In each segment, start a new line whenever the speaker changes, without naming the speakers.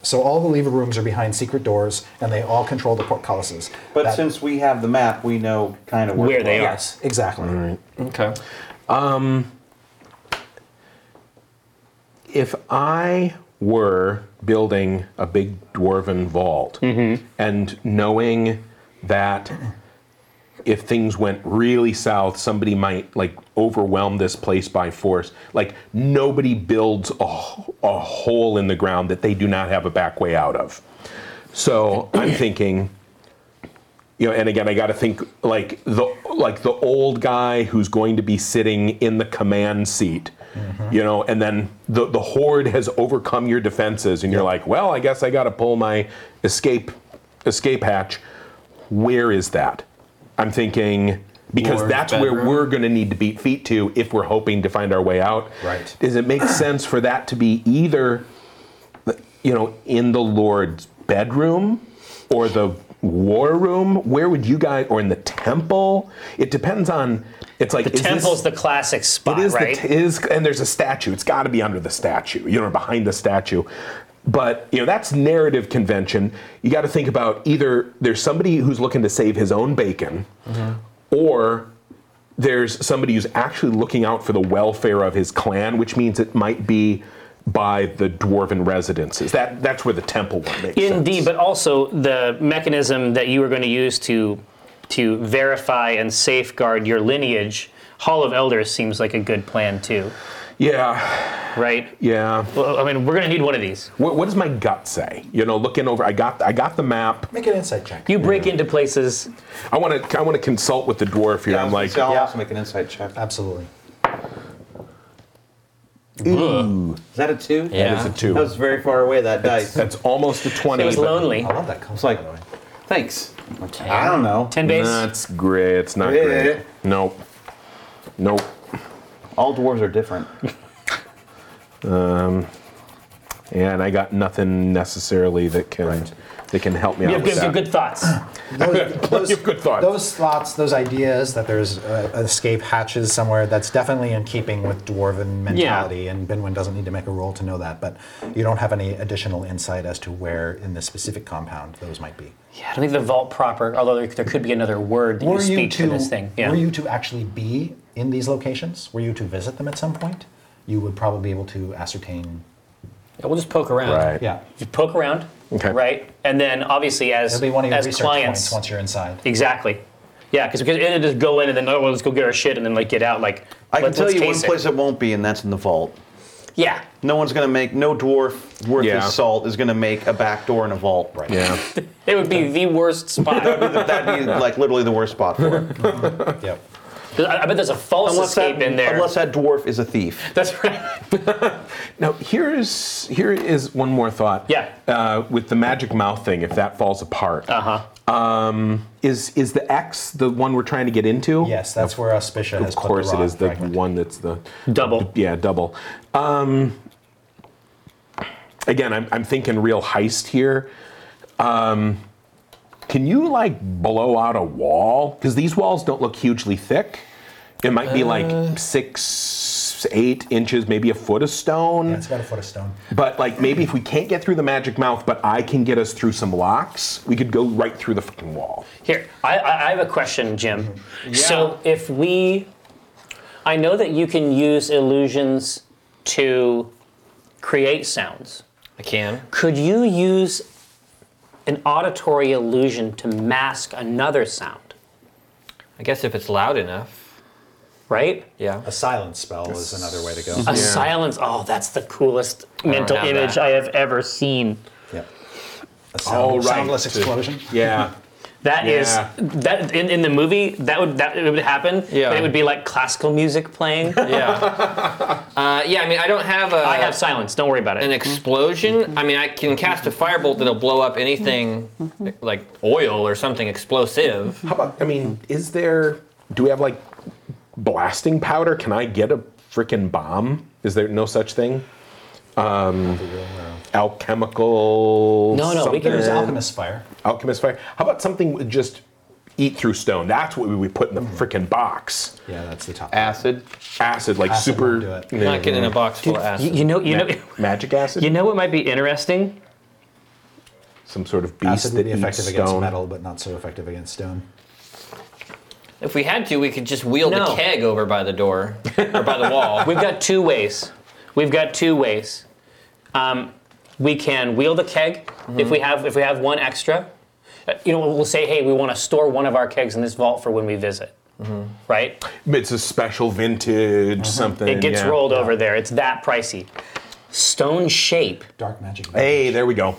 So all the lever rooms are behind secret doors, and they all control the portcullises.
But
That-
since we have the map, we know kind of where,
Where they
we're
are.
at.
yes, exactly.
Okay. Um,
if I were building a big dwarven vault and knowing that if things went really south, somebody might like overwhelm this place by force. Like nobody builds a, h- a hole in the ground that they do not have a back way out of. So I'm thinking, you know, and again, I got to think like the like the old guy who's going to be sitting in the command seat, you know, and then the the horde has overcome your defenses, and you're like, well, I guess I got to pull my escape escape hatch. Where is that? I'm thinking because
Lord's
that's where
bedroom.
we're going to need to beat feet to if we're hoping to find our way out.
Right.
Does it make sense for that to be either you know, in the Lord's bedroom or the war room? Where would you guys, or in the temple? It depends on. It's like
The
is this-
temple's the classic spot,
it is
right?
the t- is and there's a statue. It's got to be under the statue, you know, behind the statue. But you know that's narrative convention. You got to think about either there's somebody who's looking to save his own bacon,
Mm-hmm.
or there's somebody who's actually looking out for the welfare of his clan, which means it might be by the dwarven residences. That that's where the temple one makes sense.
Indeed, but also the mechanism that you were going to use to to verify and safeguard your lineage, Hall of Elders seems like a good plan too,
Yeah,
right?
yeah.
Well, I mean, we're going to need one of these.
What, what does my gut say? You know, looking over, I got I got the map.
Make an insight check.
You break into places.
I want to I want to consult with the dwarf here.
Yeah, I
I'm
was gonna
like,
say, I'll
yeah.
also make an insight check.
Absolutely.
Is that a two?
Yeah.
it's a two.
That was very far away, that dice.
That's almost a 20.
It was
but-
lonely.
I love that concept.
like-
by the way.
Thanks. I don't know.
Ten base.
That's great. It's not
Yeah.
great. Nope. Nope.
All dwarves are different.
And I got nothing necessarily that can that can help me
you
out
have
with
good,
that.
good thoughts.
Those, those,
of good thoughts.
Those slots, those ideas that there's uh, escape hatches somewhere, that's definitely in keeping with dwarven mentality. And Benwin doesn't need to make a roll to know that, but you don't have any additional insight as to where in this specific compound those might be.
Yeah, I don't think the vault proper. Although there, there could be another word that you speak for this thing. Yeah.
were you to actually be in these locations? Were you to visit them at some point? You would probably be able to ascertain.
Yeah, we'll just poke around.
Right.
Yeah.
You poke around.
Okay.
Right, and then obviously as
It'll be one of your
as
research
clients,
points once you're inside.
exactly. Yeah, because because it'll just go in and then oh well, let's go get our shit and then like get out like.
I can
let's-
tell
let's
you one
case it.
place it won't be, and that's in the vault.
Yeah,
No one's gonna make no dwarf worth
Yeah.
his salt is gonna make a back door in a vault. Right.
Yeah.
It would be the worst spot.
That'd be like literally the worst spot for it.
Yep.
I I bet there's a false escape
that,
in there.
unless that dwarf is a thief.
That's right.
Now here's here is one more thought.
Yeah.
Uh, with the magic mouth thing, if that falls apart,
Uh huh.
um, is is the X the one we're trying to get into?
Yes, that's where Auspicia has
Of course,
put
it
the
is the
fragment.
one that's the
Double.
Yeah, double. Um, again, I'm, I'm thinking real heist here. Um, can you like blow out a wall? Because these walls don't look hugely thick. It might be like six, eight inches, maybe a foot of stone.
Yeah, it's about a foot of stone.
But like maybe if we can't get through the magic mouth, but I can get us through some locks, we could go right through the fucking wall.
Here, I, I, I have a question, Jim.
Mm-hmm.
So if we, I know that you can use illusions to create sounds.
I can.
Could you use an auditory illusion to mask another sound?
I guess if it's loud enough.
Right?
Yeah.
A silence spell is another way to go.
A silence. Oh, that's the coolest mental
have
image
that.
I have ever seen.
Yep. A sound,
Oh, right.
soundless explosion.
Yeah.
That is
Yeah.
that in, in the movie that would that it would happen.
Yeah.
But it would be like classical music playing.
Yeah. uh, yeah. I mean, I don't have a.
I have silence. Don't worry about
an
it.
explosion. I mean, I can cast a firebolt that'll blow up anything like oil or something explosive.
How about, I mean, is there, do we have like blasting powder? Can I get a freaking bomb? Is there no such thing? Um, alchemical.
No, no, we can
There's
use
something?
alchemist fire.
alchemist fire. How about something with just eat through stone? That's what we would put in
Hmm.
the freaking box.
Yeah, that's the top.
Acid.
Acid, like
Acid
super.
won't do it.
Not getting in a box full of
You,
acid.
you know, you know,
Magic acid?
you know what might be interesting
some sort of beast
Acid would
that
be
eats
effective against
stone.
metal, but not so effective against stone.
If we had to, we could just wheel
No.
the keg over by the door or by the wall.
We've got two ways. We've got two ways. Um, we can wheel the keg if we have if we have one extra. Uh, You know, we'll say, hey, we want to store one of our kegs in this vault for when we visit. Right?
It's a special vintage
Mm-hmm.
something.
It gets
yeah.
rolled over there. It's that pricey. Stone shape.
Dark magic.
Hey, there we go.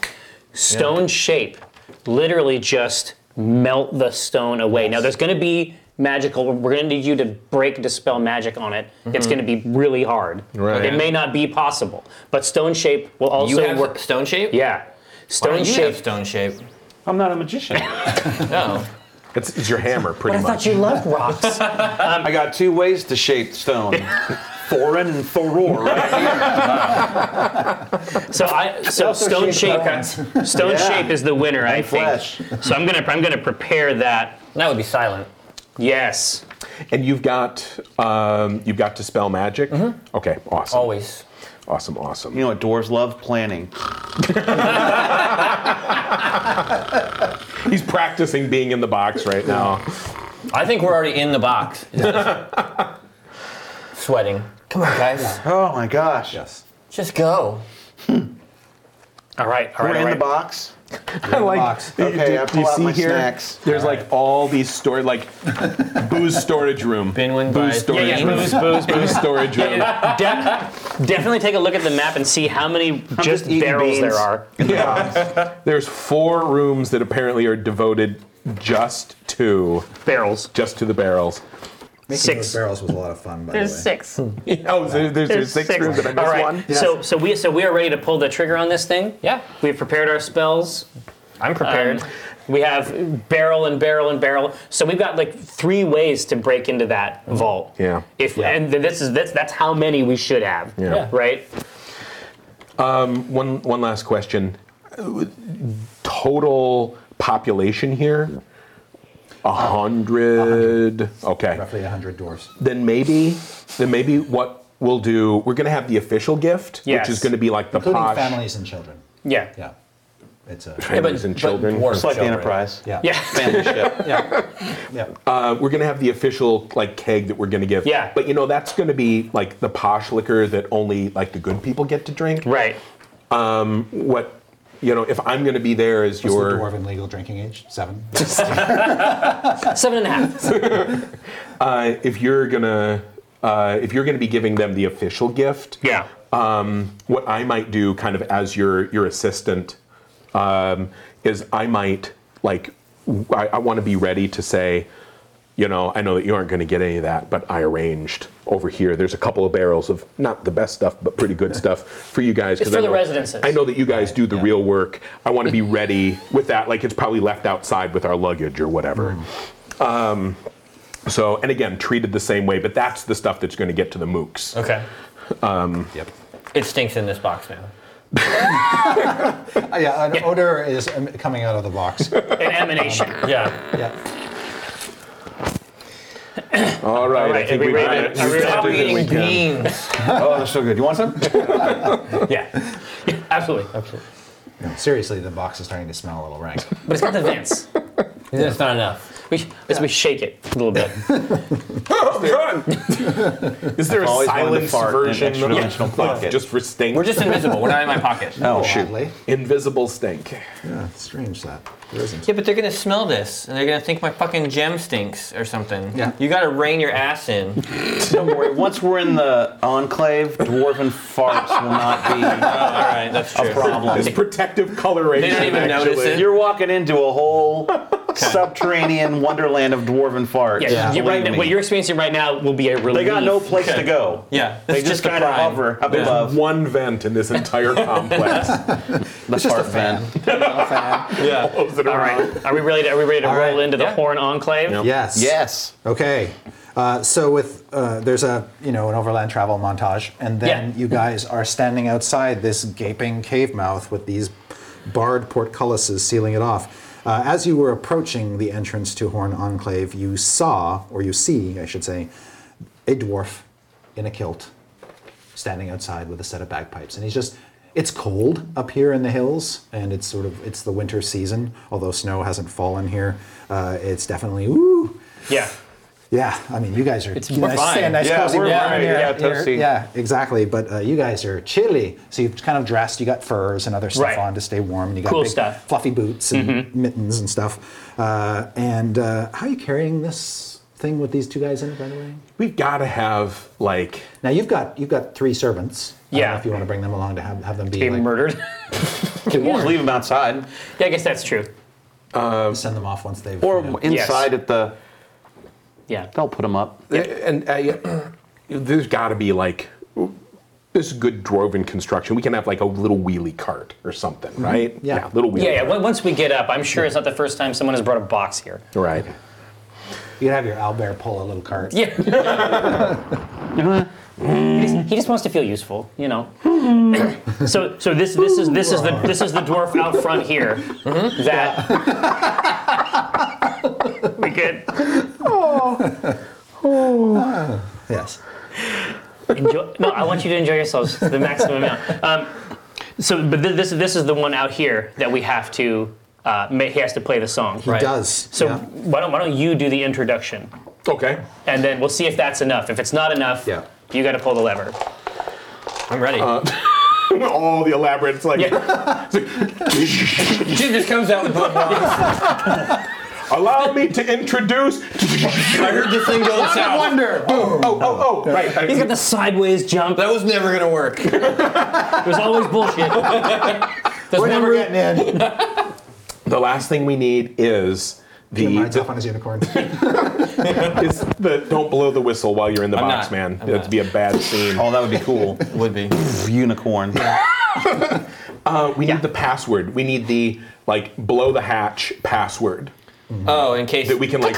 Stone shape. Literally just melt the stone away. Now there's going to be magical. We're going to need you to break dispel magic on it. It's going to be really hard.
Right.
It may not be possible, but stone shape will
you
also
have
work.
stone shape?
Yeah.
Why don't
Stone
you
shape.
have stone shape?
I'm not a magician.
No.
It's, it's your hammer, pretty
I
much.
thought you loved rocks. Um,
I got two ways to shape stone. Thorin and Thoror, right?
so I so
also
stone shape
shaped bones.
stone
Yeah.
shape is the winner, I
And
think.
flesh.
So I'm gonna I'm gonna prepare that.
That would be silent.
Yes.
And you've got um, you've got dispel magic.
Mm-hmm.
Okay, awesome,
Always.
awesome, awesome.
You know what? Dwarves love planning.
He's practicing being in the box right now.
I think we're already in the box. Sweating. Come on, guys.
Oh my gosh.
Yes.
Just go. Hmm.
All right. All
We're
right.
in
all
the
right.
box.
I like
box.
you-
Okay,
do-
I
do
pull
you
out
see
my
here?
snacks.
There's like all these store like booze storage room,
Binwin
booze
buys
storage
yeah,
room,
booze, booze,
booze storage room.
De- definitely take a look at the map and see how many just
eating
barrels
beans.
there are.
There's four rooms that apparently are devoted just to
Barrels.
just to the barrels.
Making
Six.
those barrels was a lot of fun, by the way.
six.
Oh, so there's, there's six, rooms that I missed
All right.
one.
So so we so we are ready to pull the trigger on this thing.
Yeah.
We've prepared our spells.
I'm
Um,
prepared.
we have barrel and barrel and barrel. So we've got like three ways to break into that vault.
Yeah.
If and th- this is that's that's how many we should have.
Yeah. Yeah.
Right.
One one last question. Total population here. A hundred. Okay.
Roughly 100 dwarfs.
then maybe then maybe what we'll do we're going to have the official gift
Yes.
which is going to be like the
Including
posh
families and children.
Yeah.
Yeah. It's a.
families and children
dwarf
It's like the
children.
Enterprise.
Yeah.
Yeah.
Family ship.
Yeah.
uh, we're going to have the official like keg that we're going to give
Yeah.
but you know that's going to be like the posh liquor that only like the good people get to drink
Right.
what you know if i'm going to be there as
What's
your
the dwarven legal drinking age? Seven.
Seven and a half.
uh, if you're going to uh, if you're going to be giving them the official gift
yeah.
um, what I might do, kind of as your your assistant, um, is I might like w- I, want to be ready to say, you know, I know that you aren't going to get any of that, but I arranged over here. There's a couple of barrels of not the best stuff, but pretty good stuff for you guys. 'cause
It's for
I
the
know-
residences.
I know that you guys do the real work. I want to be ready with that. Like it's probably left outside with our luggage or whatever. Um, so, and again, treated the same way, but that's the stuff that's going to get to the mooks.
Okay.
yep.
It stinks in this box now.
Uh, yeah, an odor is um, coming out of the box.
An emanation.
Yeah.
yeah.
All right,
All right,
I think
are we
we got
ready?
it.
Are we
We got
Stop
it.
eating
We got it.
beans.
Oh, they're so good. You want some?
yeah. Yeah, Absolutely. Absolutely.
No, seriously, the box is starting to smell a little rank.
But it's got the vents.
That's not enough.
We, we shake it a little bit.
Is there a
always wanted to
silence
fart in an
version
extra
of-
dimensional
Yeah.
pocket.
just for stink?
We're just invisible. We're not in my pocket.
Oh, shoot.
Oddly.
invisible stink.
Yeah, it's strange that. There isn't.
Yeah, but they're gonna smell this and they're gonna think my fucking gem stinks or something.
Yeah.
You gotta rein your ass in.
Don't worry. Once we're in the enclave, dwarven farts will not
All right, that's true.
be a problem.
It's protective coloration.
They don't even
actually.
notice it.
You're walking into a whole subterranean wonderland of dwarven farts.
Yeah. You, right now,
Believe
what
me.
you're experiencing right now will be a relief.
They got no place
Okay.
to go.
Yeah,
They
it's
just
a
kind of
prime.
hover up
Yeah.
above
One vent in this entire complex.
the
It's just a
fart vent.
fan. A fan.
Yeah.
Close it
All
around.
right. Are we ready? To, are we ready to
All
roll
right.
into the
Yeah.
Horn Enclave?
Yes.
Yes.
Okay. Uh, so with uh, there's a you know an overland travel montage, and then
Yeah.
you guys are standing outside this gaping cave mouth with these barred portcullises sealing it off. Uh, as you were approaching the entrance to Horn Enclave, you saw, or you see, I should say, a dwarf in a kilt standing outside with a set of bagpipes, and he's just It's cold up here in the hills, and it's sort of it's the winter season. Although snow hasn't fallen here, uh, it's definitely ooh.
Yeah.
Yeah, I mean, you guys are it's nice,
fine.
nice
Yeah,
cozy
we're
warm
right.
here.
Yeah, toasty.
Yeah, exactly. But uh, you guys are chilly, so you've kind of dressed. You got furs and other stuff
Right.
on to stay warm. And you got
Cool
big
stuff. Mm-hmm.
fluffy boots and mittens and stuff. Uh, and uh, how are you carrying this thing with these two guys in it, by the way?
We've got to have like
Now you've got you've got three servants. I don't
Yeah.
know if you want to bring them along to have, have them be
Being
like,
murdered.
Just leave them outside
yeah, I guess that's true.
send them off once they've
or
you know.
inside at the.
Yeah.
They'll put them up.
and I, there's got to be like this is good dwarven construction. We can have like a little wheelie cart or something, right?
Yeah.
little wheelie.
Yeah, yeah.
cart.
on- Once we get up, I'm sure it's not the first time someone has brought a box here.
Right.
you can have your Albert pull a little cart.
Yeah. he, just, he just wants to feel useful, you know. so, so this this is this is the this is the dwarf out front here Mm-hmm. that we could
Yes.
enjoy. No, I want you to enjoy yourselves to the maximum amount. Um, so, but thi- this this is the one out here that we have to. Uh, ma- he has to play the song.
He
right?
does,
So
yeah.
why don't why don't you do the introduction?
Okay.
and then we'll see if that's enough. If it's not enough,
Yeah.
you got to pull the lever.
I'm ready.
All the elaborate. It's like
Yeah.
Jim just comes out with
allow me to introduce.
I heard this thing go south.
Wonder. Boom.
Oh, oh, oh, right.
He's got the sideways jump. That
That was never gonna work.
was always bullshit. There's
We're
never-
never getting in.
the last thing we need is the,
Mine's
the-
off on his unicorn.
is the don't blow the whistle while you're in the
I'm
box,
not.
man.
I'm
That'd
not.
be a bad scene.
Oh, that would be cool. would be unicorn.
Uh, we need the password. We need the like blow the hatch password
Oh, in case
that we can like.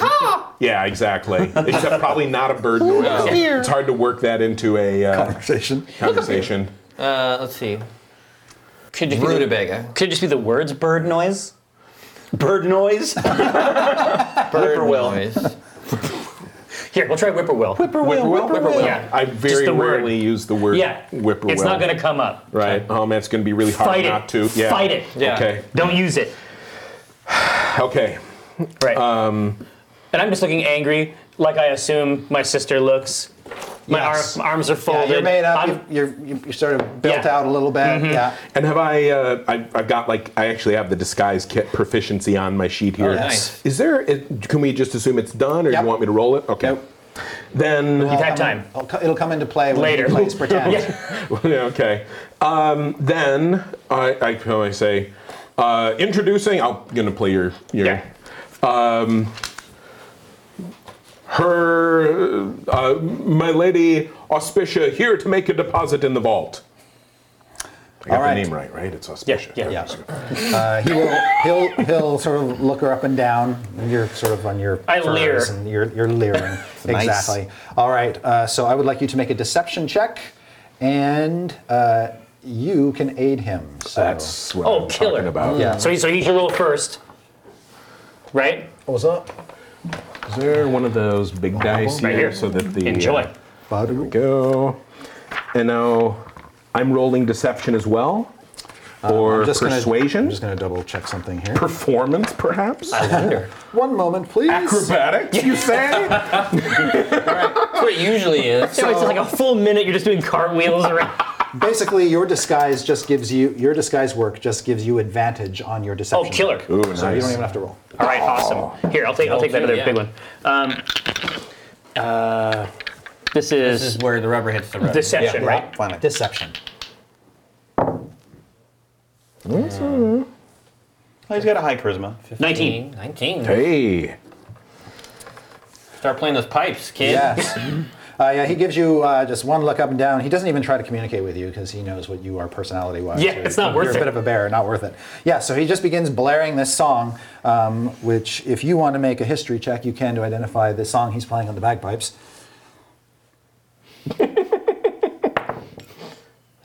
Yeah, exactly. Except probably not a bird noise. It's hard to work that into a uh,
Conversation.
conversation.
Uh, let's see.
could, just be the,
Rutabaga.
could just be the words bird noise.
Bird noise. Oh,
Bird
Whippoorwill.
noise.
Here, we'll try whippoorwill. Whippoorwill.
Whippoorwill.
Whippoorwill. Yeah.
I
Just
very
the word.
rarely use the word
Yeah.
whippoorwill.
It's not going to come up.
Right. Oh man, it's going to be really hard
Fight
not
it.
to. Yeah.
Fight it.
Yeah.
Okay.
Don't use it.
Okay.
Right. Um, and I'm just looking angry, like I assume my sister looks. My,
Yes.
arm, my arms are
Yeah,
folded.
you're made up.
I'm-
you- You're, you're, you're sort of built
Yeah. Mm-hmm.
out a little bit. Yeah.
And have I, uh, I? I've got like I actually have the disguise kit proficiency on my sheet here. Is
nice.
there? Is, can we just assume it's done, or do
Yep.
you want me to roll it? Okay.
Nope.
Then
It'll
had
come
time.
in- it'll co- it'll come into play when
Later.
He plays pretend.
Yeah.
Yeah, okay. Um, then I, I, how do I say, uh, introducing. I'm gonna play your your.
Yeah.
Um, her, uh, my lady Auspicia here to make a deposit in the vault. I got
All right.
the name right, right? It's Auspicia.
yeah,
yeah. Uh, he will. He'll. He'll sort of look her up and down. And you're sort of on your.
I
furs
leer.
And you're you're leering.
Nice.
Exactly. All right. Uh, so I would like you to make a deception check, and uh, you can aid him. So
That's what
Oh,
I'm
killer.
talking about.
yeah.
So, he- so you should roll first. Right?
what's up?
Is there one of those big dice
Right here.
so that the uh,
Enjoy.
Badu.
go. And now I'm rolling deception as well, or persuasion,
Gonna, I'm Uh, just going to double check something here.
performance, perhaps.
One moment, please.
Acrobatics, you say?
That's what it usually is.
So, it's like
Oh.
a full minute you're just doing cartwheels around.
Basically, your disguise just gives you your disguise work just gives you advantage on your
Oh,
deception.
killer.
check.
Ooh,
So you
nice.
don't even have to roll.
All right, awesome. Here, I'll take I'll take that other
Yeah.
big one. Um, uh, this
This is
is
where the rubber hits the road.
deception,
Yeah,
right?
Finally. Deception.
Oh, he's got a high charisma.
19.
19.
hey,
Start playing those pipes, kid.
Yes. Uh, yeah, he gives you uh, just one look up and down. He doesn't even try to communicate with you because he knows what you are personality-wise.
Yeah,
You're-
it's not worth
you're a
it.
bit of a bear, not worth it. Yeah, so he just begins blaring this song, um, which if you want to make a history check, you can to identify the song he's playing on the bagpipes.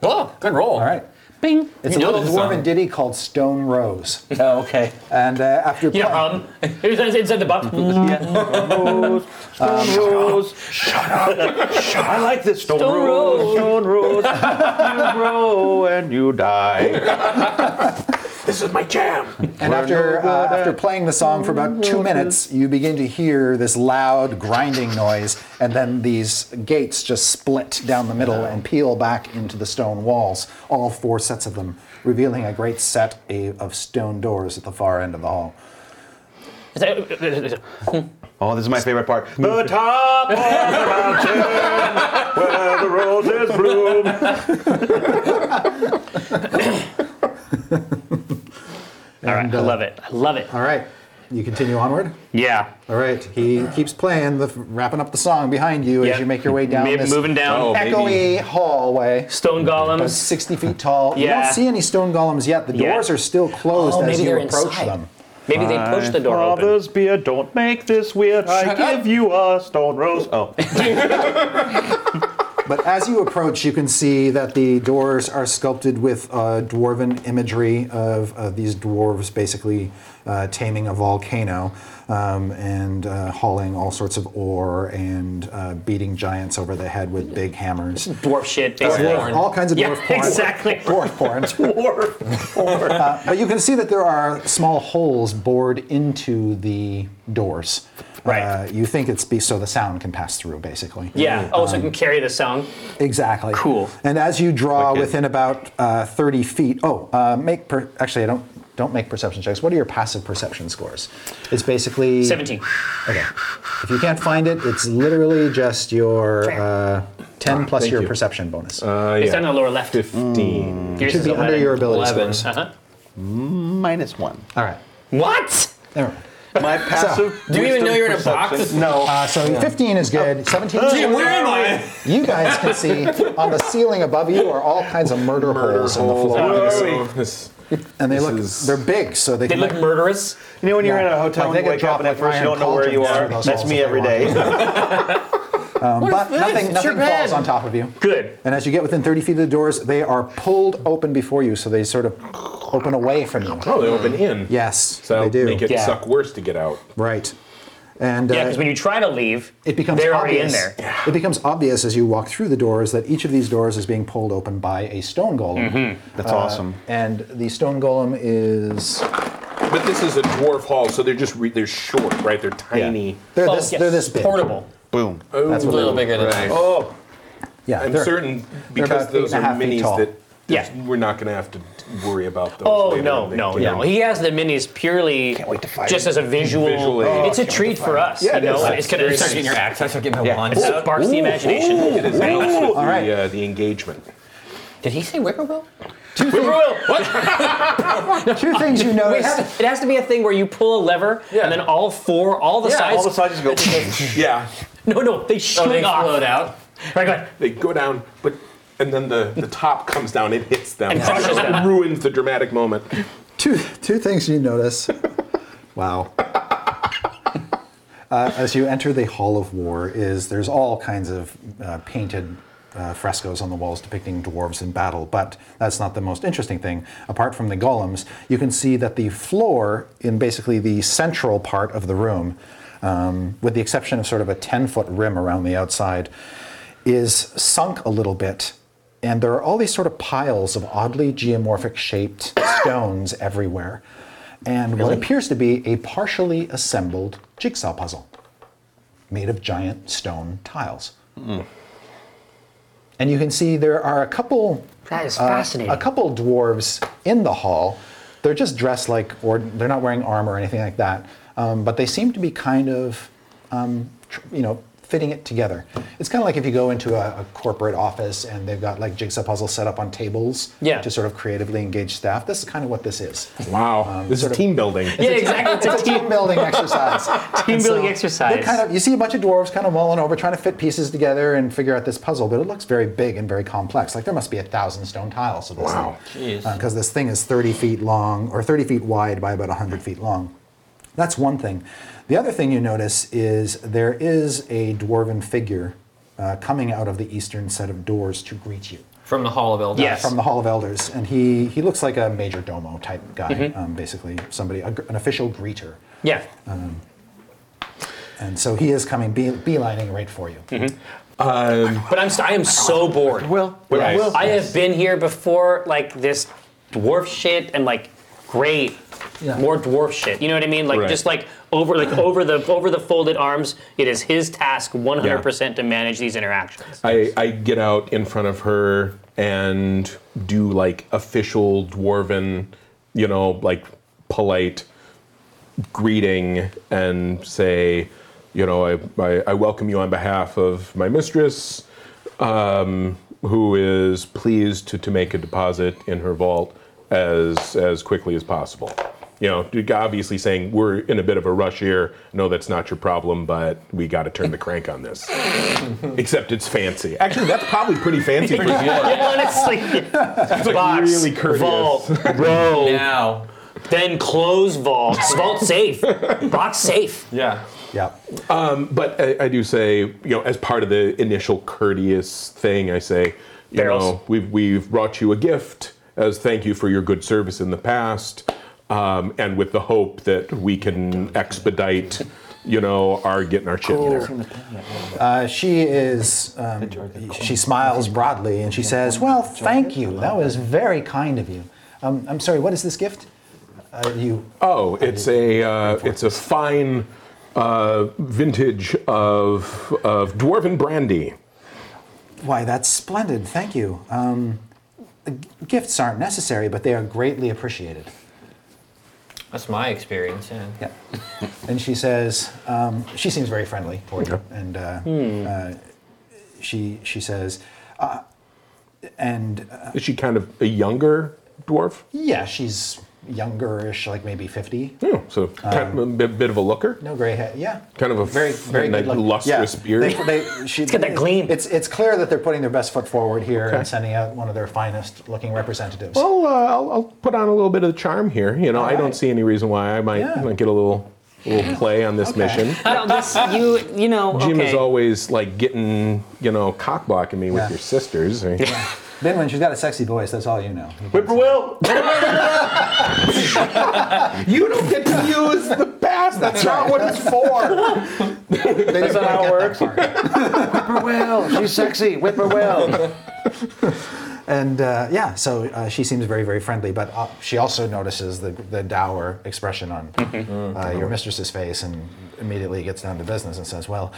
Oh, good roll.
All right.
Bing.
It's
You
a
know
little
the
dwarven
song.
ditty called Stone Rose.
Oh, okay.
And uh, after
You know,
playing-
um, it was inside the box.
Yeah. Stone rules. Shut up. I like this. Stone, rules. Stone rules. you grow and you die.
This is my jam.
And after uh, after playing the song for about two minutes, you begin to hear this loud grinding noise, and then these gates just split down the middle and peel back into the stone walls. All four sets of them, revealing a great set a- of stone doors at the far end of the hall.
Oh, this is my favorite part. The top of the mountain where the roses bloom.
All right,
uh,
I love it. I love it.
All right, you continue onward.
Yeah.
All right, he keeps playing, the, wrapping up the song behind you as
Yep.
you make your way down
Mo-
this
moving down.
Oh. maybe-
echoey hallway.
Stone golems.
60 feet tall. You
Yeah.
don't see any stone golems yet. The
Yeah.
doors are still closed
Oh,
as
maybe
you
they're
approach
inside.
them.
Maybe they pushed the door open.
Father's beer, don't make this weird. I
Shut
give
up.
you a stone rose. Oh,
But as you approach, you can see that the doors are sculpted with uh, dwarven imagery of uh, these dwarves basically uh, taming a volcano um, and uh, hauling all sorts of ore and uh, beating giants over the head with big hammers.
Dwarf shit, basically.
Dwarf- all kinds of
Yeah,
dwarf porn.
exactly.
Dwarf porn.
Dwarf.
Uh, but you can see that there are small holes bored into the doors.
Right.
Uh, you think it's be so the sound can pass through, basically.
Yeah. Oh, so it can carry the sound.
Exactly.
Cool.
And as you draw
Wicked.
within about uh, 30 feet, oh, uh, make per- actually I don't don't make perception checks. What are your passive perception scores? It's basically
17.
Okay. If you can't find it, it's literally just your uh, 10 plus
Thank
your
you.
perception bonus.
Uh,
It's
yeah.
down in the lower left.
Fifteen.
Yours
Should
is
be under
11.
your ability
11.
scores.
Uh-huh.
minus one.
All right.
What?
Never mind.
My passive.
Do you even know you're in a box?
No.
Uh, so 15 is good. 17 is
Gee,
good.
where am I?
You guys can see on the ceiling above you are all kinds of murder, Hmm. holes, in the floor.
Where
This-
are we? This-
And they
This
look,
is-
they're big, so they,
They
can
look
like-
murderous.
You know when you're in a
Yeah. Like,
hotel and
they
you
could
wake
drop,
up and at
like,
first you
iron
don't know where you
cauldrons
are?
through those
That's
walls
me
if
every
they
day.
Um, but
this?
nothing,
It's
nothing
your
falls
bed.
on top of you.
Good.
And as you get within 30 feet of the doors, they are pulled open before you, so they sort of open away from you.
Oh, they open in.
Yes,
So
they do.
make it
Yeah.
suck worse to get out.
Right. And
Yeah,
uh,
because when you try to leave,
it becomes
they're already in
obvious.
there.
It becomes obvious as you walk through the doors that each of these doors is being pulled open by a stone golem.
Mm-hmm.
That's
Uh,
awesome.
And the stone golem is
But this is a dwarf hall, so they're just re- they're short, right? They're tiny.
they're
Oh,
this
yes,
they're this big.
Portable. Oh,
Boom.
That's
A little bigger than that.
Oh,
Yeah,
I'm
they're-
certain
about
because
eight
those
and
are
a half feet
minis
tall.
that
Yeah.
there's- we're not going to have to worry about those.
Oh
later
no,
when they
no,
get
no!
out.
He has the minis purely
wait to fight
just as a visual.
Visual aid.
it's a treat for us,
Yeah,
you
it
know.
is.
It's gonna
Start getting your
it
axe. I start getting my
Yeah.
wand. out.
sparks the imagination.
It is helps with the,
right.
uh, the engagement.
Did he say whippoorwill?
Whippoorwill. What?
Two things you
It
notice.
has, it has to be a thing where you pull a lever and then all four, all the sides.
All the sides just go.
Yeah,
no, no, they shoot
Oh, they
off.
float out.
Right, go ahead.
they go down, but and then the, the top comes down. It hits them.
And crushes
it
them.
ruins the dramatic moment.
two two things you notice. Wow. Uh, as you enter the Hall of War, is there's all kinds of uh, painted uh, frescoes on the walls depicting dwarves in battle, but that's not the most interesting thing. Apart from the golems, you can see that the floor in basically the central part of the room, um, with the exception of sort of a 10 foot rim around the outside, is sunk a little bit, and there are all these sort of piles of oddly geomorphic shaped stones everywhere, and what appears to be a partially assembled jigsaw puzzle made of giant stone tiles. And you can see there are a couple.
That is
uh,
fascinating.
a couple dwarves in the hall. They're just dressed like, or they're not wearing armor or anything like that. Um, but they seem to be kind of, um, tr- you know, fitting it together. It's kind of like if you go into a, a corporate office and they've got like jigsaw puzzles set up on tables
Yeah.
to sort of creatively engage staff. This is kind of what this is.
Wow, this is
Um, sort of-
team building.
Yeah, exactly. It's a
It's a team building exercise.
team
And
building
so
exercise.
they're Kind of, you see a bunch of dwarves kind of mulling over, trying to fit pieces together and figure out this puzzle, but it looks very big and very complex. Like there must be a thousand stone tiles of this
Wow.
thing. Because this thing is 30 feet long, or 30 feet wide by about 100 feet long. That's one thing. The other thing you notice is there is a dwarven figure uh, coming out of the eastern set of doors to greet you
From the Hall of Elders.
Yes.
from the Hall of Elders, and he he looks like a major domo type guy,
Mm-hmm.
um, basically somebody, a gr- an official greeter.
yeah.
And so he is coming, be- beelining right for you.
But I'm st- I am so bored.
Well,
Right.
well,
I have been here before, like this dwarf shit, and like great,
Yeah.
more dwarf shit. You know what I mean? Like
Right.
just like over, like over the over the folded arms. It is his task, 100 percent, to manage these interactions.
I, I get out in front of her and do like official dwarven, you know, like polite greeting and say, you know, I, I, I welcome you on behalf of my mistress, um, who is pleased to, to make a deposit in her vault as as quickly as possible. You know, obviously saying we're in a bit of a rush here. No, that's not your problem, but we got to turn the crank on this. Except it's fancy. Actually, that's probably pretty fancy for you.
Honestly,
It's like
box,
really courteous.
vault, row,
Now.
then close vault, vault safe, box safe.
Yeah.
Yeah.
But I, I do say, you know, as part of the initial courteous thing, I say, you
Barrels.
know, we've, we've brought you a gift as thank you for your good service in the past, um, and with the hope that we can expedite, you know, our getting our shit in there.
Uh, she is, um, she smiles broadly and she says, Well, thank you. That was very kind of you. Um, I'm sorry, what is this gift? Uh, you.
Oh, it's a uh, it's a fine uh, vintage of of dwarven brandy.
Why, that's splendid. Thank you. Um, the gifts aren't necessary, but they are greatly appreciated.
That's my experience, yeah.
Yeah. and she says, um, she seems very friendly toward you. And uh, uh, she, she says, uh, and uh,
Is she kind of a younger dwarf?
yeah, she's youngerish, like maybe 50.
Oh, so kind of a bit- bit of a looker.
No gray hair. Yeah.
Kind of a
very,
f-
very
like
good look.
lustrous
yeah.
beard.
They, they, she, it's
got that gleam.
It's, it's clear that they're putting their best foot forward here and sending out one of their finest looking representatives.
I'll, uh, I'll, I'll put on a little bit of the charm here. You know, I don't
right.
see any reason why I might,
Yeah.
might get a little little play on this
Okay.
mission.
I don't, this, you, you know,
Jim
okay.
is always like getting, you know, cock blocking me with
Yeah.
your sisters.
then when she's got a sexy voice, that's all you know.
Whippoorwill! you don't get to use the past. That's not what it's for.
That's not how it works.
whip her well. She's sexy. Whip her well.
And uh, yeah, so uh, she seems very, very friendly, but uh, she also notices the, the dour expression on
Mm-hmm.
uh, your mistress's face and immediately gets down to business and says, Well,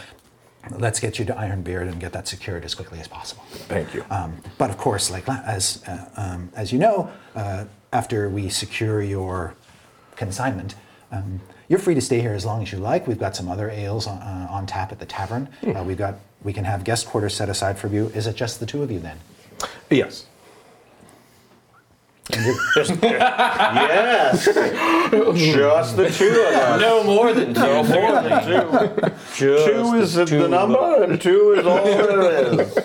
let's get you to Ironbeard and get that secured as quickly as possible.
Thank you.
Um, but of course, like la- as, uh, um, as you know, uh, after we secure your consignment, um, you're free to stay here as long as you like. We've got some other ales on, uh, on tap at the tavern.
Hmm.
Uh, we've got, we can have guest quarters set aside for you. Is it just the two of you then?
yes.
yes. Just the two of us.
No more than two. No more than two.
Just two is the, number, and two is all there is.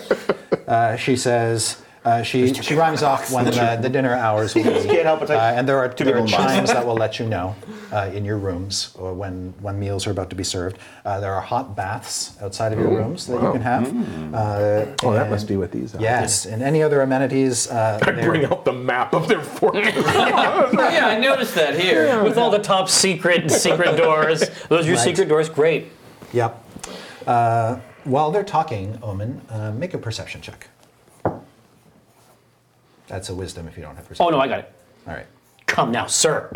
Uh, she says uh, she she rhymes off when the, the dinner hours will be.
Can't help but take
uh, and there are
two
there are
people in line.
chimes that will let you know uh, in your rooms or when when meals are about to be served. Uh, there are hot baths outside of your rooms that you can have.
Hmm.
Uh,
Oh, that
and-
must be what these are.
Yes, and any other amenities. Uh,
I
there-
bring out the map of their fortress.
Yeah, I noticed that here.
with all the top secret secret doors. Those are your
Right.
secret doors. Great.
Yep. Uh, while they're talking, Omen, uh, make a perception check. That's a wisdom if you don't have perception.
Oh no, I got it.
All right.
Come now, sir.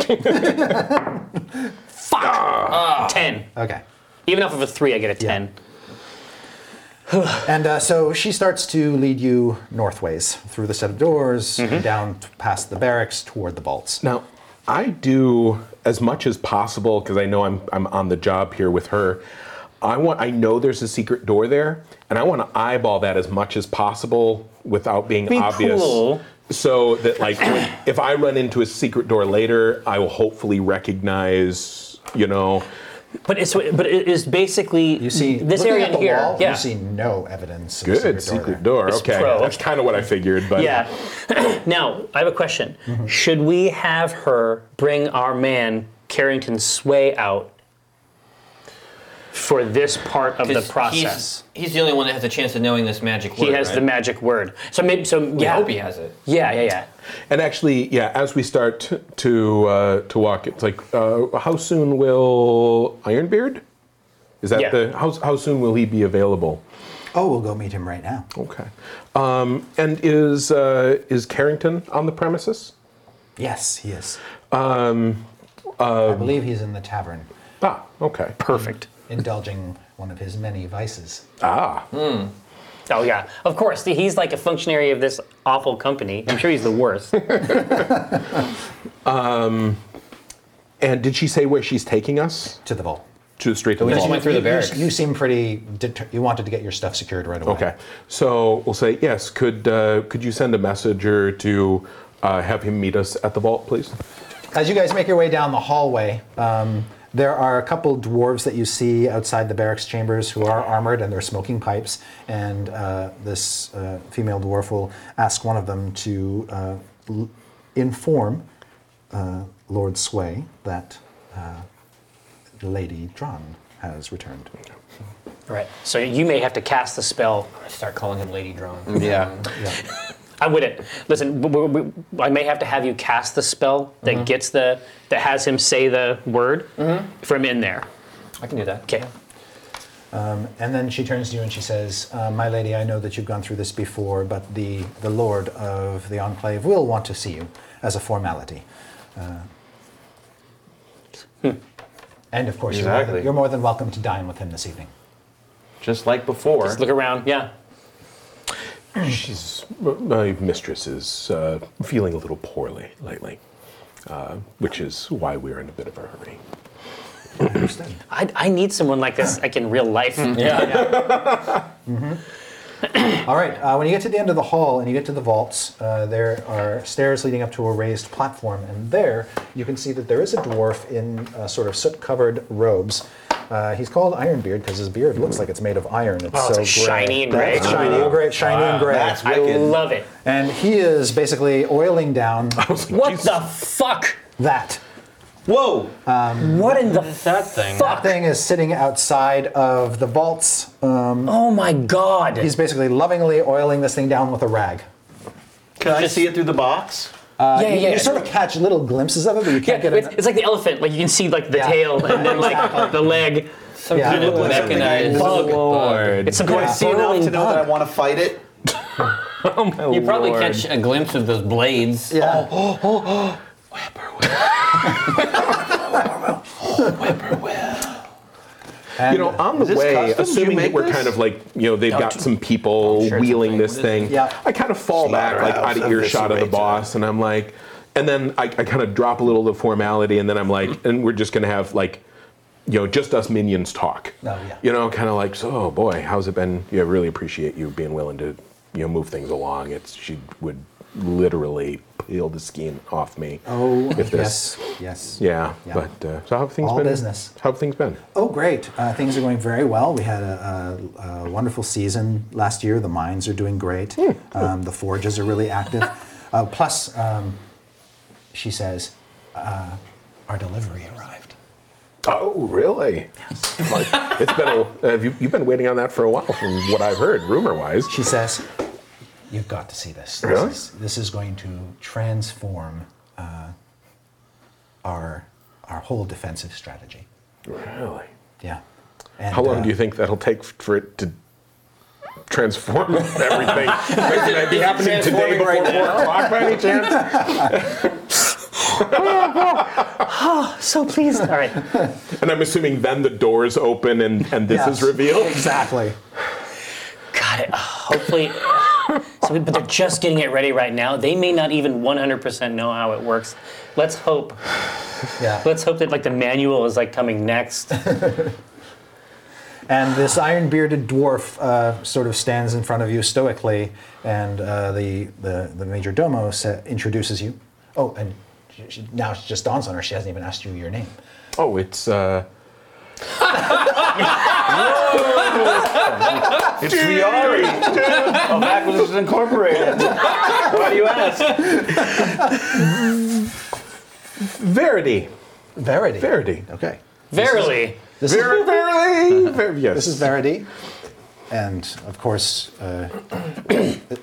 Fuck. ten.
Okay.
Even off of a three, I get a
Ah. Yeah.
ten.
And uh, so she starts to lead you northways through the set of doors,
Mm-hmm.
down t- past the barracks toward the vaults.
Now, I do as much as possible because I know I'm I'm on the job here with her. I want I know there's a secret door there, and I want to eyeball that as much as possible without being
Be
obvious.
cool.
So that like when, if I run into a secret door later, I will hopefully recognize, you know,
But it's but it is basically
You see,
this
looking
area
at
in
the
here.
wall,
yeah.
you see no evidence. Of a
good
secret,
secret
door.
door.
It's
Okay.
pro.
That's kind of what I figured, but
Yeah. now I have a question.
Mm-hmm.
Should we have her bring our man Carrington Sway out for this part of the
Because
process?
He's, he's the only one that has a chance of knowing this magic word.
He has
right?
the magic word. So maybe so yeah.
I hope he has it.
Yeah, yeah, yeah.
And actually, yeah, as we start t- to uh, to walk, it's like, uh, how soon will Ironbeard Is that
Yeah.
the how, how soon will he be available?
Oh, we'll go meet him right now.
Okay. Um, and is uh, is Carrington on the premises?
Yes, he is. Um, I believe he's in the tavern,
Ah, okay.
Perfect.
indulging one of his many vices.
Ah,
Oh yeah, of course. He's like a functionary of this awful company. I'm sure he's the worst.
and did she say where she's taking us
To the vault.
to the straight to the
She
vault?
went through the
You-
barracks.
You, seem pretty. Deter- you wanted to get your stuff secured right away.
Okay. So we'll say yes. Could uh, could you send a messenger to uh, have him meet us at the vault, please?
As you guys make your way down the hallway, um, there are a couple dwarves that you see outside the barracks chambers who are armored and they're smoking pipes. And uh, this uh, female dwarf will ask one of them to uh, l- inform uh, Lord Sway that uh, Lady Dron has returned.
right. So you may have to cast the spell.
Start calling him Lady Drone.
Yeah.
I wouldn't listen. w- w- w- I may have to have you cast the spell that
Mm-hmm.
gets the that has him say the word from in there.
I can do that.
Okay.
And then she turns to you and she says, uh, My lady, I know that you've gone through this before, but the, the Lord of the Enclave will want to see you as a formality. Uh, and of course, you're more than-
Exactly.
you're, more than welcome to dine with him this evening.
Just like before.
Just look around. Yeah.
She's my mistress is uh, feeling a little poorly lately, uh, which is why we're in a bit of a hurry.
I, I need someone like this like in real life.
Mm-hmm.
All right, uh, when you get to the end of the hall and you get to the vaults, uh, there are stairs leading up to a raised platform, and there you can see that there is a dwarf in uh, sort of soot covered robes. Uh, he's called Ironbeard because his beard looks like it's made of iron. It's
Oh,
so
it's like
gray.
shiny and gray.
That's Shiny and gray. Shiny and gray.
That's
I
wicked.
love it.
And he is basically oiling down
What the fuck?
that.
Whoa!
What in the
That thing.
That thing is sitting outside of the vaults.
Oh my god.
Uh,
He's basically lovingly oiling this thing down with a rag.
Can I see it through the box?
yeah, yeah,
you,
yeah.
you sort of catch little glimpses of it, but you
Yeah,
can't get
it's,
it.
it's like the elephant. Like you can see like the
Yeah.
tail and then like the leg.
Some
Yeah.
kind of
Look like
mechanized
something
bug.
It's some kind
I
of
see enough
burrowing
to know that I
bug.
want to fight it.
You probably catch a glimpse of those blades.
yeah. oh, And-
You know, on the
this
way,
custom? Do you
assuming that
make
we're
this?
kind of like, you know, they've got some people
sure it's a
wheeling
thing.
this
What is
thing.
it? Yeah.
I kind of fall back, like out
Slaughterhouse
of
of
earshot of the
Viscerata.
boss, and I'm like, and then I, I kind of drop a little of the formality, and then I'm like, and we're just gonna have like, you know, just us minions talk.
Oh, yeah.
You know, kind of like, so oh, boy, how's it been? Yeah, really appreciate you being willing to, you know, move things along. It's she would literally peel the skin off me.
Oh,
if this.
yes. Yes.
Yeah,
Yeah.
but uh, so how have things
All
been?
business.
How have things been?
Oh, great. Uh, things are going very well. We had a, a, a wonderful season last year. The mines are doing great.
Hmm,
Um, the forges are really active. Uh, plus, um, she says, uh, our delivery arrived.
Oh, really? Like, it's been a, have you, you've been waiting on that for a while, from what I've heard, rumor wise.
She says, You've got to see this. This,
Really?
is, this is going to transform uh, our, our whole defensive strategy.
Really?
Yeah. And,
How long
uh,
do you think that'll take for it to transform everything? Could that be happening today before 4 o'clock by any chance?
So please. All right.
And I'm assuming then the doors open and, and this
Yes,
is revealed?
Exactly.
Got it. Hopefully. So, but they're just getting it ready right now. They may not even 100% know how it works. Let's hope.
Yeah.
Let's hope that like the manual is like coming next.
And this iron bearded dwarf uh, sort of stands in front of you stoically, and uh, the, the, the major domo sa- introduces you. Oh, and she, she, now it just dawns on her, she hasn't even asked you your name.
Oh, it's. Uh,
It's Viari! of Acquisitions Incorporated. Why do you ask?
Verity.
Verity.
Verity.
Okay.
Verily.
This is,
Ver- Verily. Ver- yes.
this is Verity. And of course, uh,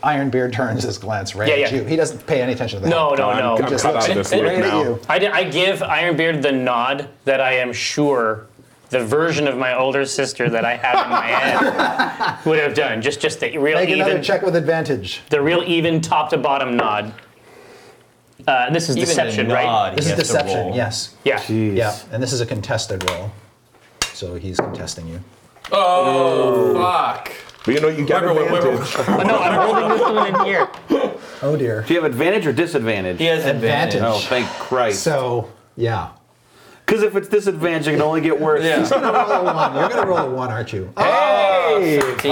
Ironbeard turns his glance right
Yeah,
at
yeah.
you. He doesn't pay any attention to that.
No, no,
I'm,
no.
I'm
Just
cut out of
looks
this loop
right at
now.
you.
I, di- I give Ironbeard the nod that I am sure the version of my older sister that I have in my head would have done. Just just the real
Make another
even
check with advantage.
the real even top to bottom nod. Uh, this is
Even the
deception,
nod,
right?
This
he
is
has to
deception,
roll.
yes.
Yeah.
Yeah, and this is a contested roll. So he's contesting you.
Oh, fuck.
But you know, you get
Remember when-
advantage.
Oh, no, I'm holding this one in here.
Oh dear.
Do you have advantage or disadvantage?
He has advantage.
Advantage.
Oh, thank Christ.
So, yeah.
Because if it's disadvantage, it can only get worse.
Yeah.
You're gonna roll a one. You're gonna roll a one, aren't you? Uh,
See,
That's,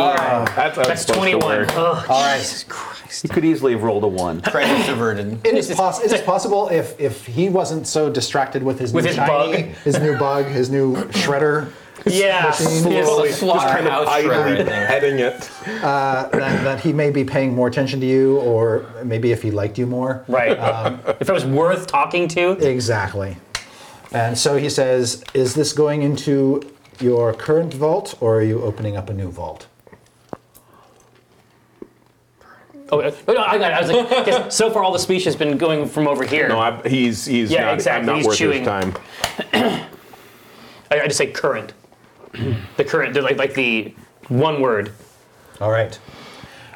how it's
That's
supposed to
21.
work.
Oh, Jesus Christ.
You could easily have rolled a one.
Oh.
credits averted.
It is, poss- it is possible if if he wasn't so distracted with his
With
new
his
shiny,
bug.
his new bug, his new shredder,
Yeah.
Well,
Yes.
it's slaughterhouse shredder, I
Idly
think.
heading it.
that, that he may be paying more attention to you, or maybe if he liked you more.
Right. if it was worth talking to,
Exactly. And so he says, "Is this going into your current vault, or are you opening up a new vault?"
oh, uh, no, I got it. I was like, 'cause so far all the speech has been going from over here.
No, I, he's he's
Yeah,
not, I'm
exactly,
not
he's
worth
chewing.
his time.
I, I just say current. the current, they're like like the one word.
All right.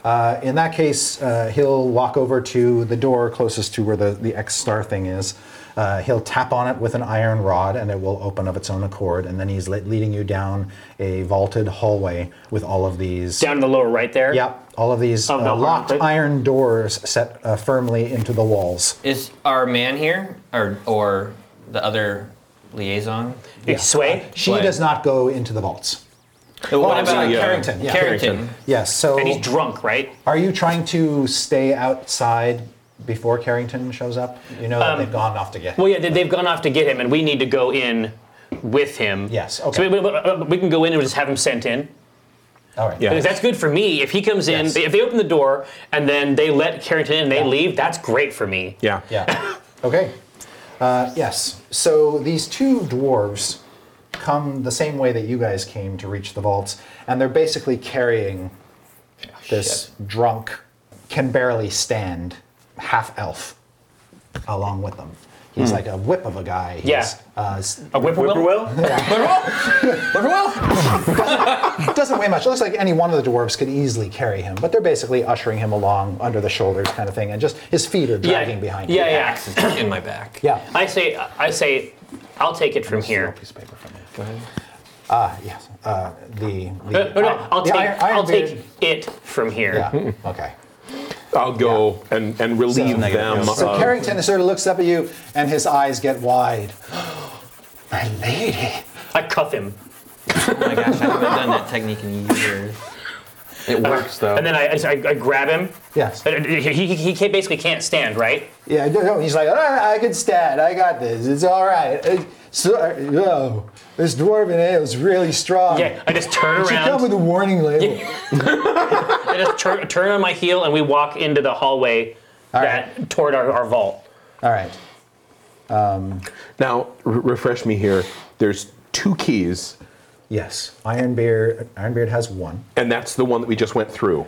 Uh, in that case, uh, he'll walk over to the door closest to where the, the X star thing is. Uh, he'll tap on it with an iron rod and it will open of its own accord. And then he's le- leading you down a vaulted hallway with all of these.
Down Oh, in the lower right there.
Yep, all of these
Of the
uh, locked
locked-
iron doors set uh, firmly into the walls.
Is our man here, or or the other liaison?
It's Sway.
She
Right.
does not go into the vaults.
Oh,
what
I'm
about
uh,
sorry, yeah.
Carrington?
Yeah.
Carrington.
Yes, so
And he's drunk, right?
are you trying to stay outside before Carrington shows up? You know that they've gone off to get him.
Um, Well, yeah, they, they've gone off to get him, and we need to go in with him.
Yes,
So
okay.
we, we- we can go in and just have him sent in.
all right.
Yeah.
Because that's good for me. If he comes in,
Yes.
they- if they open the door and then they let Carrington in and they
Yeah.
leave, that's great for me.
Yeah.
Yeah. Okay. Uh, yes. So these two dwarves come the same way that you guys came to reach the vaults, and they're basically carrying this drunk, can barely stand half elf along with them. He's like a whip of a guy. He's,
Hmm. Yeah.
uh, s-
A whippoorwill?
doesn't weigh much. It looks like any one of the dwarves could easily carry him, but they're basically ushering him along under the shoulders, kind of thing, and just his feet are dragging behind
Yeah,
him.
yeah.
Axe is in my back.
Yeah.
I say, I say, I'll take it from here.
Piece of paper from me.
Go ahead.
Ah, yes. Uh, the, the
oh, No, no, I'll
the
take,
iron- iron
I'll take
beard-
it from here.
Yeah. okay.
I'll go and, and relieve
negative,
them. Uh,
So
of-
Carrington sort of looks up at you, and his eyes get wide. My lady.
I cuff him.
Oh my gosh, I haven't done that technique in years.
It works though.
And then I, I, I grab him.
Yes.
And uh, He, he, he can't- basically can't stand, right?
Yeah. no, no, He's like, ah, I could stand. I got this. It's all right. Uh, So, uh, yo, this dwarven ale is really strong.
Yeah. I just turn
She come with
around.
a warning label.
I just turn, turn on my heel and we walk into the hallway that toward our, our vault.
All right.
Now, re- refresh me here. There's two keys,
Yes. Ironbeard. Ironbeard has one.
and that's the one that we just went through.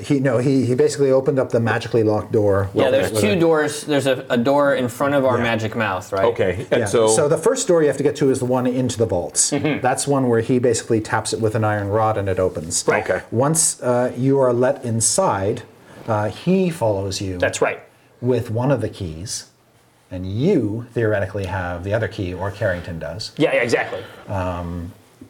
He no. He he basically opened up the magically locked door.
Yeah,
with-
there's
with
two
a-
doors. There's a, a door in front of our
Yeah.
magic mouth, right?
okay. And
Yeah,
so,
the first door you have to get to is the one into the vaults.
Mm-hmm.
That's one where he basically taps it with an iron rod and it opens.
Right. Okay.
Once uh, you are let inside, uh, he follows you.
That's right.
With one of the keys, and you theoretically have the other key, or Carrington does,
Yeah, yeah exactly.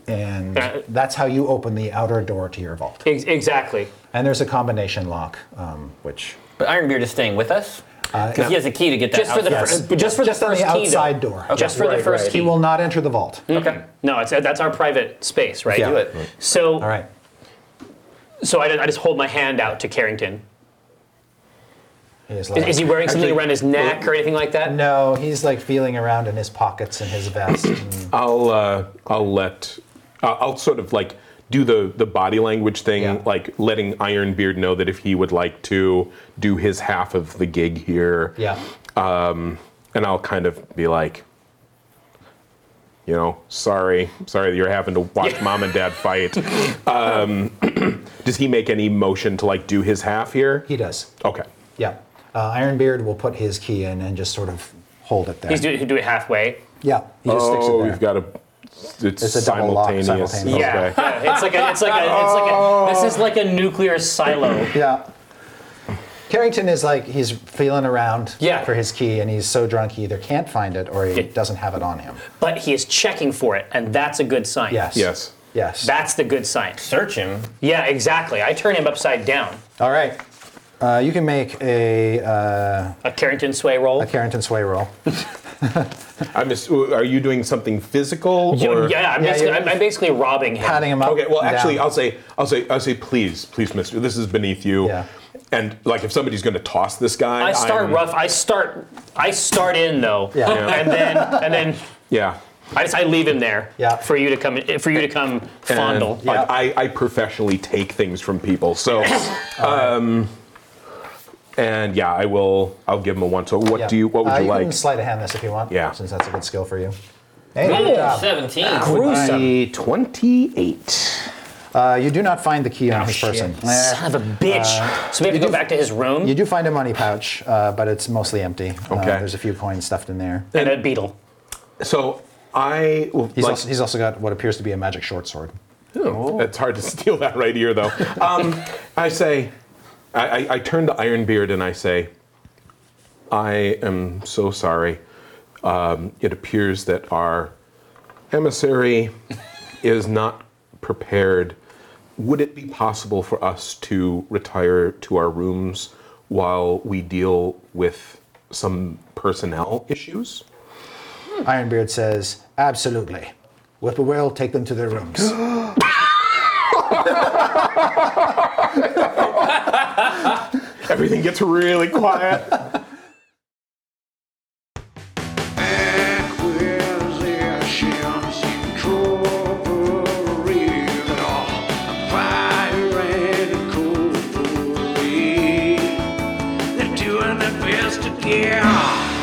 and
Uh,
that's how you open the outer door to your vault.
Ex- exactly.
And there's a combination lock, um, which
But Ironbeard is staying with us
Uh,
because he has a key to get that
Just for the
outside.
first, but just for
just
the
on
first
the
key, though.
outside door.
Just for the first
He
key.
will not enter the vault.
Okay. No, it's that's our private space, right?
Yeah.
Do it. So,
All right.
so I, just- I just hold my hand out to Carrington.
He is
Is,
like-
is he wearing something
Actually-
around his neck or anything like that?
no, he's like feeling around in his pockets and his vest. and-
I'll uh, I'll let I'll I'll sort of like do the the body language thing,
Yeah.
like letting Ironbeard know that if he would like to do his half of the gig here.
yeah.
Um, and I'll kind of be like, you know, sorry, sorry that you're having to watch
Yeah.
mom and dad fight. um, does he make any motion to like do his half here?
He does.
Okay.
Yeah. Uh, Ironbeard will put his key in and just sort of hold it there.
He's do, he do it halfway.
yeah. He just sticks it
Oh,
there.
we've got a it's,
It's a double lock,
simultaneous.
simultaneous.
Yeah,
Okay.
yeah, it's like a, it's like a, it's like a, this is like a nuclear silo.
Yeah. Carrington is like he's feeling around
Yeah.
for his key, and he's so drunk he either can't find it or he
Yeah.
doesn't have it on him.
But he is checking for it, and that's a good sign.
Yes.
Yes.
Yes.
That's the good sign.
Search him.
Yeah, exactly. I turn him upside down.
All right. Uh, you can make a, uh,
A Carrington sway roll.
a Carrington sway roll.
I'm just. Are you doing something physical?
You-
or?
yeah, I'm,
Yeah,
basically,
you're-
I'm, I'm basically robbing him.
Patting him up.
Okay. Well,
and
actually,
down.
I'll say, I'll say, I'll say, please, please, Mister, this is beneath you.
Yeah.
And like, if somebody's going to toss this guy,
I start
I'm-
rough. I start. I start in though,
Yeah. Yeah.
and then and then
Yeah.
I just I leave him there
Yeah.
for you to come for you to come fondle.
And, uh, like,
Yeah.
I, I professionally take things from people, so. um, and yeah, I will. I'll give him a one. So, what
Yeah.
do you? What would
Uh,
you
you
like?
Can slide a hand this if you want.
Yeah.
Since that's a good skill for you. Hey, good job.
17.
I- Twenty-eight.
Uh, you do not find the key
Oh,
on his person. Eh.
Son of a bitch. so we have to go back to his room
You do find a money pouch, uh, but it's mostly empty. Uh,
Okay.
there's a few coins stuffed in there.
and a beetle.
So I. Well,
He's,
like-
also, he's also got what appears to be a magic short sword.
Oh, It's hard to steal that right here, though. Um, I say, I, I, I turn to Ironbeard and I say, I am so sorry. Um, it appears that our emissary is not prepared. Would it be possible for us to retire to our rooms while we deal with some personnel issues?
Ironbeard says, "Absolutely." Whip a will take them to their rooms.
Everything gets really quiet.
Acquisitions, corporeal, fire and cold They're doing their best to get.